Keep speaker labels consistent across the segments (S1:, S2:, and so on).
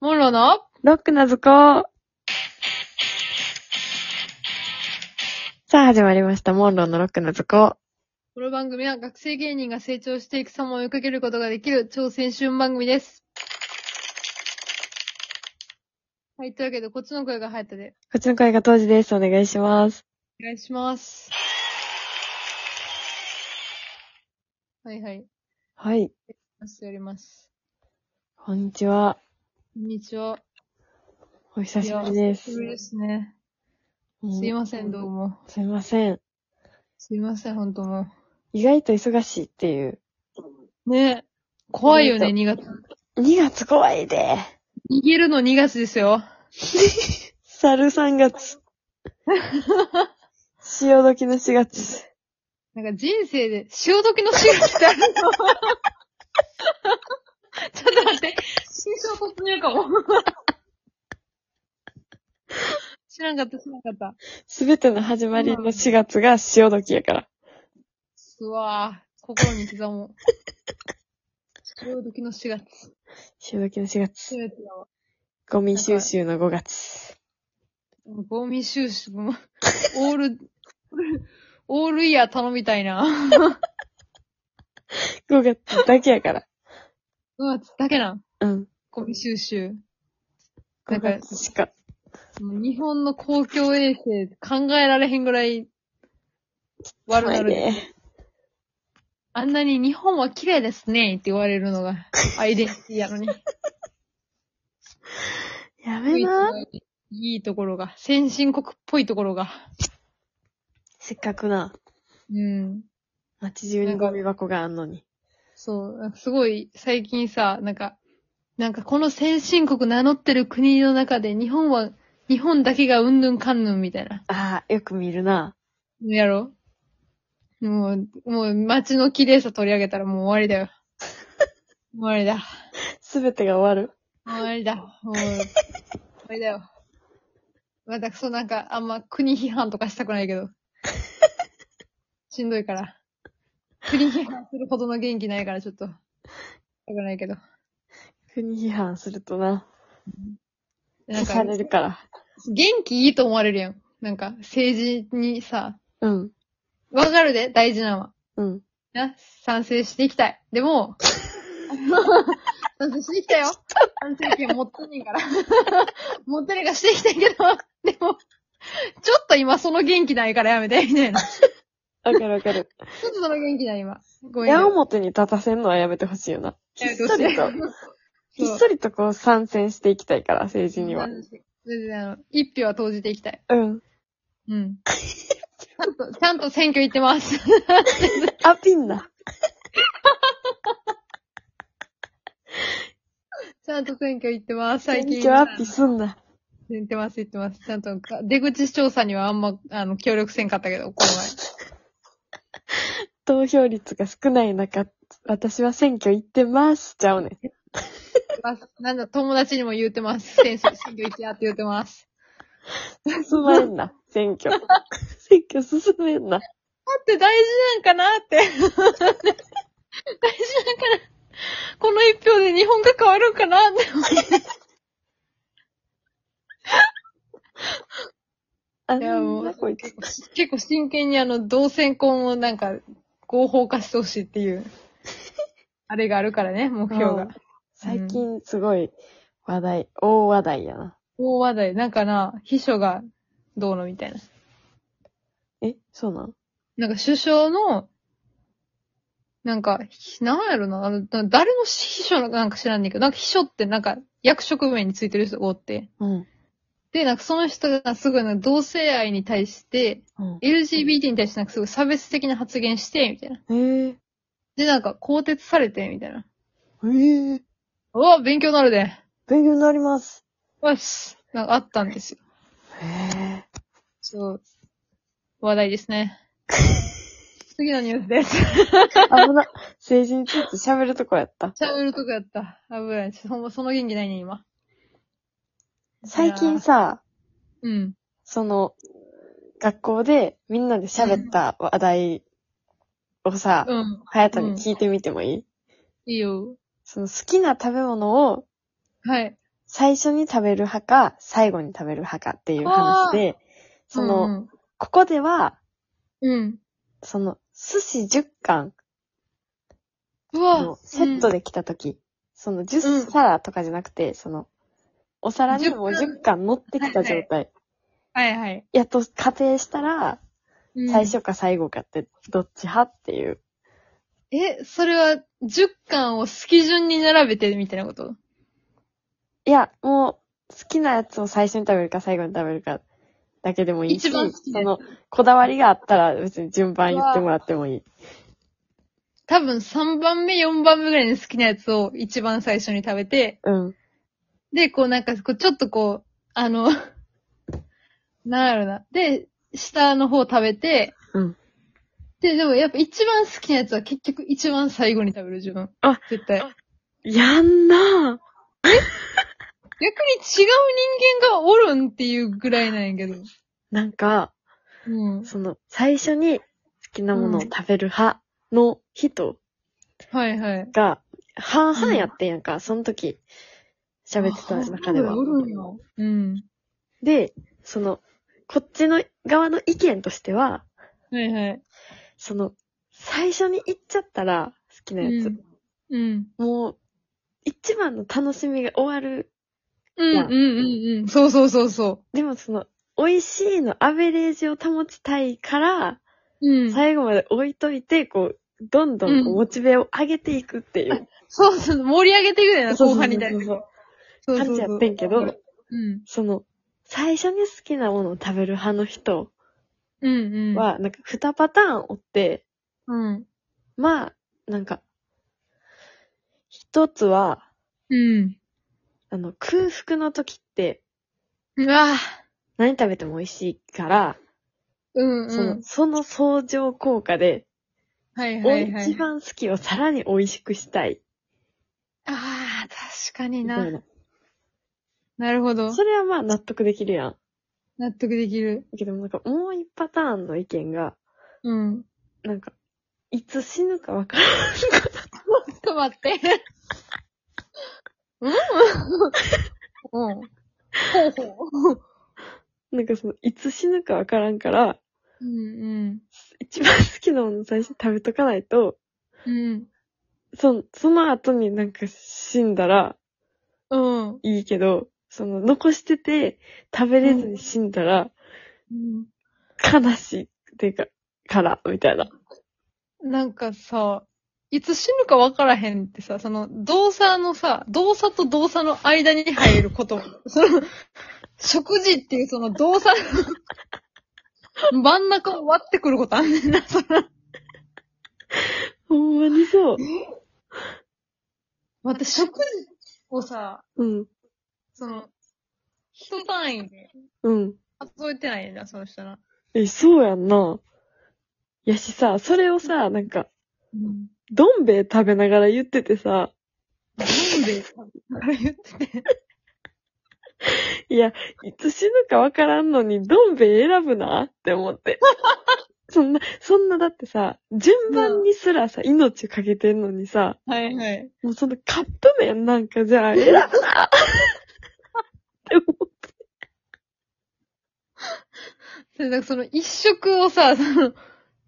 S1: モンローの
S2: ロックな図工。 さあ、始まりました。モンローのロックな図工。
S1: この番組は学生芸人が成長していく様を追いかけることができる超青春番組です。はい、というわけで、こっちの声が入ったで。
S2: こっちの声が当時です。お願いします。
S1: お願いします。はいはい。
S2: はい。
S1: 明日やります。
S2: こんにちは。
S1: こんにちは。
S2: お久しぶりです
S1: 久し。ぶりですね。
S2: もう
S1: すいません、どうも。
S2: すいません。
S1: すいません、ほんとも
S2: 意外と忙しいっていう。
S1: う。ね怖いよね、
S2: ほん
S1: 2月。
S2: 2月怖いで。
S1: 逃げるの2月ですよ。
S2: 猿3月。 潮時の4月。
S1: なんか人生で、潮時の潮って あるのちょっと待って、新章突入かも。知らんかった、知らんかった。
S2: すべての始まりの4月が潮時やから。
S1: うわぁ、心に刻もう。潮時の4月。
S2: 潮時の4月。
S1: 4月だわ。
S2: ゴミ収集の5月。
S1: ゴミ収集も、オール、オールイヤー頼みたいな。
S2: 5月だけやから。
S1: 5月だけなん。
S2: うん。
S1: ゴミ収集。な
S2: 5
S1: んか
S2: 月しか。
S1: もう日本の公共衛生考えられへんぐらい悪なる。
S2: ね。
S1: あんなに日本は綺麗ですねって言われるのがアイデンティティやのに。
S2: や
S1: 唯
S2: め
S1: 一
S2: な。
S1: のいいところが、先進国っぽいところが。
S2: せっかくな、
S1: うん。
S2: 街中にゴミ箱があんのに。
S1: そう。なんかすごい最近さ、なんか、なんかこの先進国名乗ってる国の中で日本は、日本だけがうんぬんかんぬんみたいな。
S2: ああ、よく見るな。
S1: やろもう、もう街の綺麗さ取り上げたらもう終わりだよ。終わりだ。
S2: すべてが終わる。
S1: 終わりだ。もう、終わりだよ。また、そうなんか、あんま国批判とかしたくないけど。しんどいから。国批判するほどの元気ないから、ちょっと。したくないけど。
S2: 国批判するとな、
S1: な
S2: 刺
S1: ん
S2: さ
S1: か、
S2: れるから。
S1: 元気いいと思われるやん。なんか、政治にさ、
S2: うん。
S1: わかるで、大事なのは。
S2: うん。
S1: な、賛成していきたい。で も、賛成していきたいよ。賛成権持ってんねんから。 持ってねんからしていきたいけど、でも、ちょっと今その元気ないからやめて、みたいな。ち
S2: わかるわかる。
S1: ょっとその元気ない今。 ごめんね
S2: 矢面に立たせんのはやめてほしいよな。ひ
S1: やめ
S2: って
S1: ほ
S2: そ
S1: しい
S2: りと、ひっそりとこう参戦していきたいから、政治には。
S1: 全然あの、一票は投じていきたい。
S2: うん。
S1: うん。 ちゃんと、ちゃんと選挙行ってます。
S2: アピンな。
S1: ちゃんと選挙行ってます、最近。
S2: 選挙アピすんな。
S1: 言ってます、言ってます。ちゃんとか、出口調査にはあんま、あの、協力せんかったけど、この前。
S2: 投票率が少ない中、私は選挙行ってます。ちゃうねん。
S1: ますなんだ、友達にも言うてます。選手、選挙行きやって言うてます。
S2: 進め んな、選挙。 選挙進めんな。
S1: だって大事なんかなって。大事なんかな。この一票で日本が変わるんかなって思って。
S2: あ
S1: いやも
S2: んな
S1: う
S2: こいつ
S1: 結。構結構真剣にあの、同性婚をなんか、合法化してほしいって いう、あれがあるからね、目標
S2: う
S1: が
S2: ん。最近すごい話題、大話題やな。
S1: 大話題、なんかな、秘書がどうのみたいな。
S2: え、そうなん
S1: なんか首相の、なんか、ひなんやろな、あの、な誰の秘書のなんか知らんねんけど、なんか秘書ってなんか役職名についてる人がおって。
S2: うん。
S1: で、なんかその人がすごいなんか同性愛に対して、
S2: うん。
S1: LGBT に対してなんかすごい差別的な発言して、みたいな。
S2: えー、
S1: で、なんか更迭されて、みたいな。
S2: えー、
S1: うわ、勉強なるで。
S2: 勉強になります。
S1: よし。なんかあったんですよ。
S2: え
S1: そう。話題ですね。次のニュースです。
S2: ー、 危な。政治について喋るとこやった。
S1: しゃべるとこやった。危ない。ちょほんまその元気ないね、今。
S2: 最近さ、
S1: うん。
S2: その、学校でみんなで喋った話題をさ、
S1: うん。
S2: はやたに聞いてみてもいい、
S1: いいよ。
S2: その好きな食べ物を
S1: はい。
S2: 最初に食べる派か、最後に食べる派かっていう話で、その、
S1: うん
S2: ここでは、
S1: うん。うん。
S2: その、寿司10貫
S1: うわ
S2: のセットで来た時、その10皿とかじゃなくて、その、お皿にもう10貫乗ってきた状態。
S1: うんはいはい。
S2: やっと仮定したら、
S1: うん
S2: 最初か最後かって、どっち派っていう。
S1: え、それは、10巻を好き順に並べてみたいなこと
S2: いや、もう、好きなやつを最初に食べるか最後に食べるかだけでもいいし、
S1: 一番好きな
S2: そ
S1: やつ
S2: の、こだわりがあったら別に順番言ってもらってもいい。
S1: 多分3番目、4番目ぐらいに好きなやつを一番最初に食べて、
S2: うん。
S1: で、こうなんか、こうちょっとこう、あの、 なんやろな。で、下の方食べて、
S2: うん
S1: で、でもやっぱ一番好きなやつは結局一番最後に食べる自分。
S2: あ
S1: 絶対。逆に
S2: やんなぁ。
S1: 違う人間がおるんっていうぐらいなんやけど。
S2: なんか、
S1: うん。
S2: その、最初に好きなものを食べる派の人
S1: はいはい。
S2: が、半々やってんやんか、その時、喋ってた中では
S1: あ。おるんよ。うん。
S2: で、その、こっちの側の意見としては、
S1: はいはい。
S2: その、最初に行っちゃったら、好きなやつ、
S1: うん。うん。
S2: もう、一番の楽しみが終わる。
S1: うんうんうんうん。そうそうそうそ
S2: でもその、美味しいのアベレージを保ちたいから、
S1: う。うん。
S2: 最後まで置いといて、こう、どんどんこう
S1: うん
S2: モチベを上げていくっていう
S1: そうそう、盛り上げていくねんな、
S2: そうそうそう
S1: 後半に対して。そうそう
S2: 感じやってんけど、
S1: うん。
S2: その、最初に好きなものを食べる派の人
S1: うんうん。
S2: は、なんか2パターンおって、
S1: うん。
S2: まあ、なんか、一つは、
S1: うん。
S2: あの、空腹の時って、
S1: うわぁ。
S2: 何食べても美味しいから、
S1: うん
S2: そうの
S1: ん。
S2: その相乗効果で、
S1: はい
S2: お
S1: はいはい
S2: 一。番好きをさらに美味しくしたい。
S1: ああ、確かに
S2: み
S1: な
S2: たい。な。
S1: なるほど。
S2: それはまあ納得できるやん。
S1: 納得できる。
S2: だけどなんかもう一パターンの意見が、
S1: うん。
S2: なんか、いつ死ぬかわからんこと。
S1: ちょっと待って。うん うん。ほうほう。
S2: なんかその、いつ死ぬかわからんから、
S1: うん
S2: 一番好きなもの最初に食べとかないと、
S1: うん。うん。
S2: その、その後になんか死んだら
S1: うん。
S2: いいけど、その、残してて、食べれずに死んだら、
S1: うん
S2: 悲しい。っていうか、から、みたいな。
S1: なんかさ、いつ死ぬか分からへんってさ、その、動作のさ、動作と動作の間に入ること。 その、食事っていうその動作の 真ん中を割ってくることあんねんな、その。
S2: ほんまにそう。
S1: 待って、食事をさ、
S2: うん。
S1: その、人単位で
S2: うん。
S1: 数えてないねんな、その人な。
S2: え、そうやんな。やしさ、それをさ、なんか、
S1: うん。
S2: どん兵衛食べながら言っててさ、
S1: なんで、あれ言ってて。
S2: いや、いつ死ぬかわからんのに、どん兵衛選ぶなって思 って。そんな、そんなだってさ、順番にすらさ、命かけてんのにさ、
S1: はいはい。
S2: もうそのカップ麺なんかじゃあ選ぶなって思う
S1: それなんかその一食をさ、その、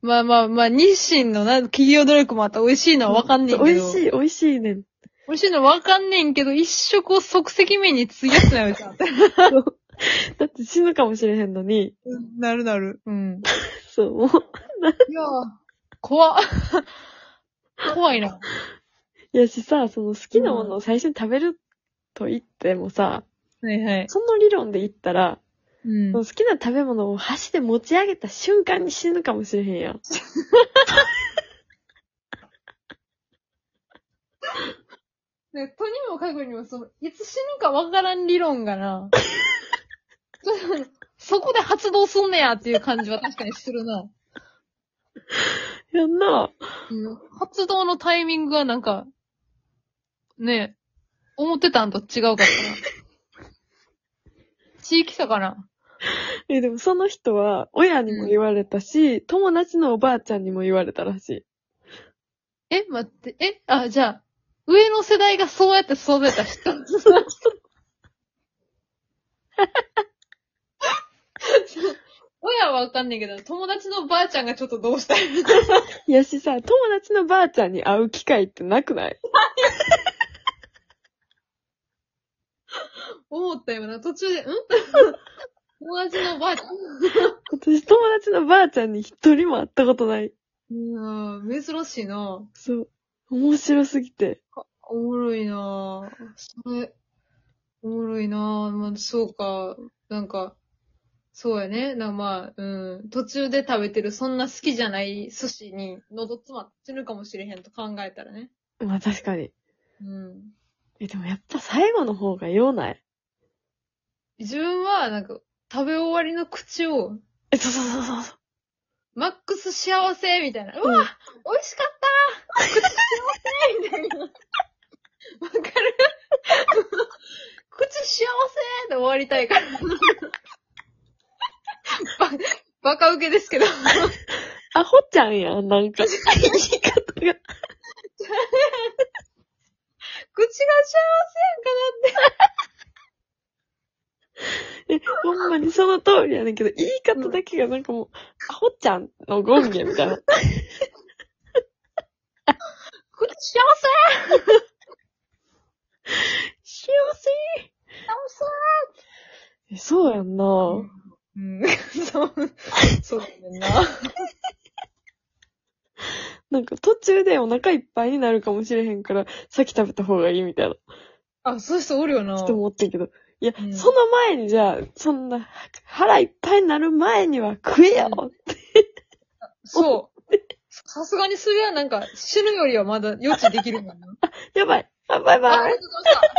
S1: まあまあまあ、日清のな、企業努力もあったら美味しいのはわかんねんけど。
S2: 美味しい、美味しいねん。
S1: 美味しいのわかんねんけど、一食を即席麺に費やすなよ、ちゃん。
S2: だって死ぬかもしれへんのに、
S1: なるなる。うん。
S2: そう、もう、
S1: いやー怖っ 怖いな。
S2: いやしさ、その好きなものを最初に食べると言ってもさ、
S1: はいはい。
S2: その理論で言ったら、
S1: うん
S2: その好きな食べ物を箸で持ち上げた瞬間に死ぬかもしれへんやん。
S1: ね、とにもかくにも、その、いつ死ぬかわからん理論がな、ちょっとそこで発動すんねやっていう感じは確かにするな。
S2: やんな。
S1: うん、発動のタイミングがなんか、ねえ、思ってたんと違うかったな。地域差かな。
S2: え、でもその人は、親にも言われたし、友達のおばあちゃんにも言われたらしい。
S1: え、待って、え、あ、じゃあ、上の世代がそうやって育てた人。わかんないけど、友達のばあちゃんがちょっとどうしたいみたいな。
S2: いやしさ、友達のばあちゃんに会う機会ってなくない
S1: 思ったよな。途中で、ん友達のばあちゃん。
S2: 私友達のばあちゃんに一人も会ったことない。
S1: うーん、珍しいな。
S2: そう。面白すぎて。
S1: おもろいなそれ、おもろいなまあ、そうか。なんか、そうやね。なまあ、うん。途中で食べてる、そんな好きじゃない寿司に、喉詰まってるかもしれへんと考えたらね。
S2: まあ確かに。
S1: うん。
S2: え、でもやっぱ最後の方がようない。
S1: 自分は、なんか、食べ終わりの口を、
S2: え、そうそうそうそうそう。
S1: マックス幸せみたいな。うわ、美
S2: うん
S1: 味しかった口幸せみたいな。わかる 口幸せで終わりたいから。ババカ受けですけど。
S2: アホちゃんやん、なんか。言い方が。
S1: 口が幸
S2: え、ほんまにその通りやねんけど、言い方だけがなんかもう、アホちゃんのゴンゲみたい
S1: せやん
S2: な。
S1: かな口幸せ
S2: 幸せえ、そうやんな
S1: 幸せうん。そう、そうだねんな。
S2: なんか途中でお腹いっぱいになるかもしれへんから、さっき食べた方がいいみたいな
S1: あ、そういう人おるよな。
S2: 人もおってんけど。いや、
S1: うん
S2: その前にじゃあ、そんな、腹いっぱいになる前には食えよ
S1: そう。さすがにそれはなんか、死ぬよりはまだ予知できるもんな。
S2: やばいあバイバイ
S1: あ、ありがとうございました。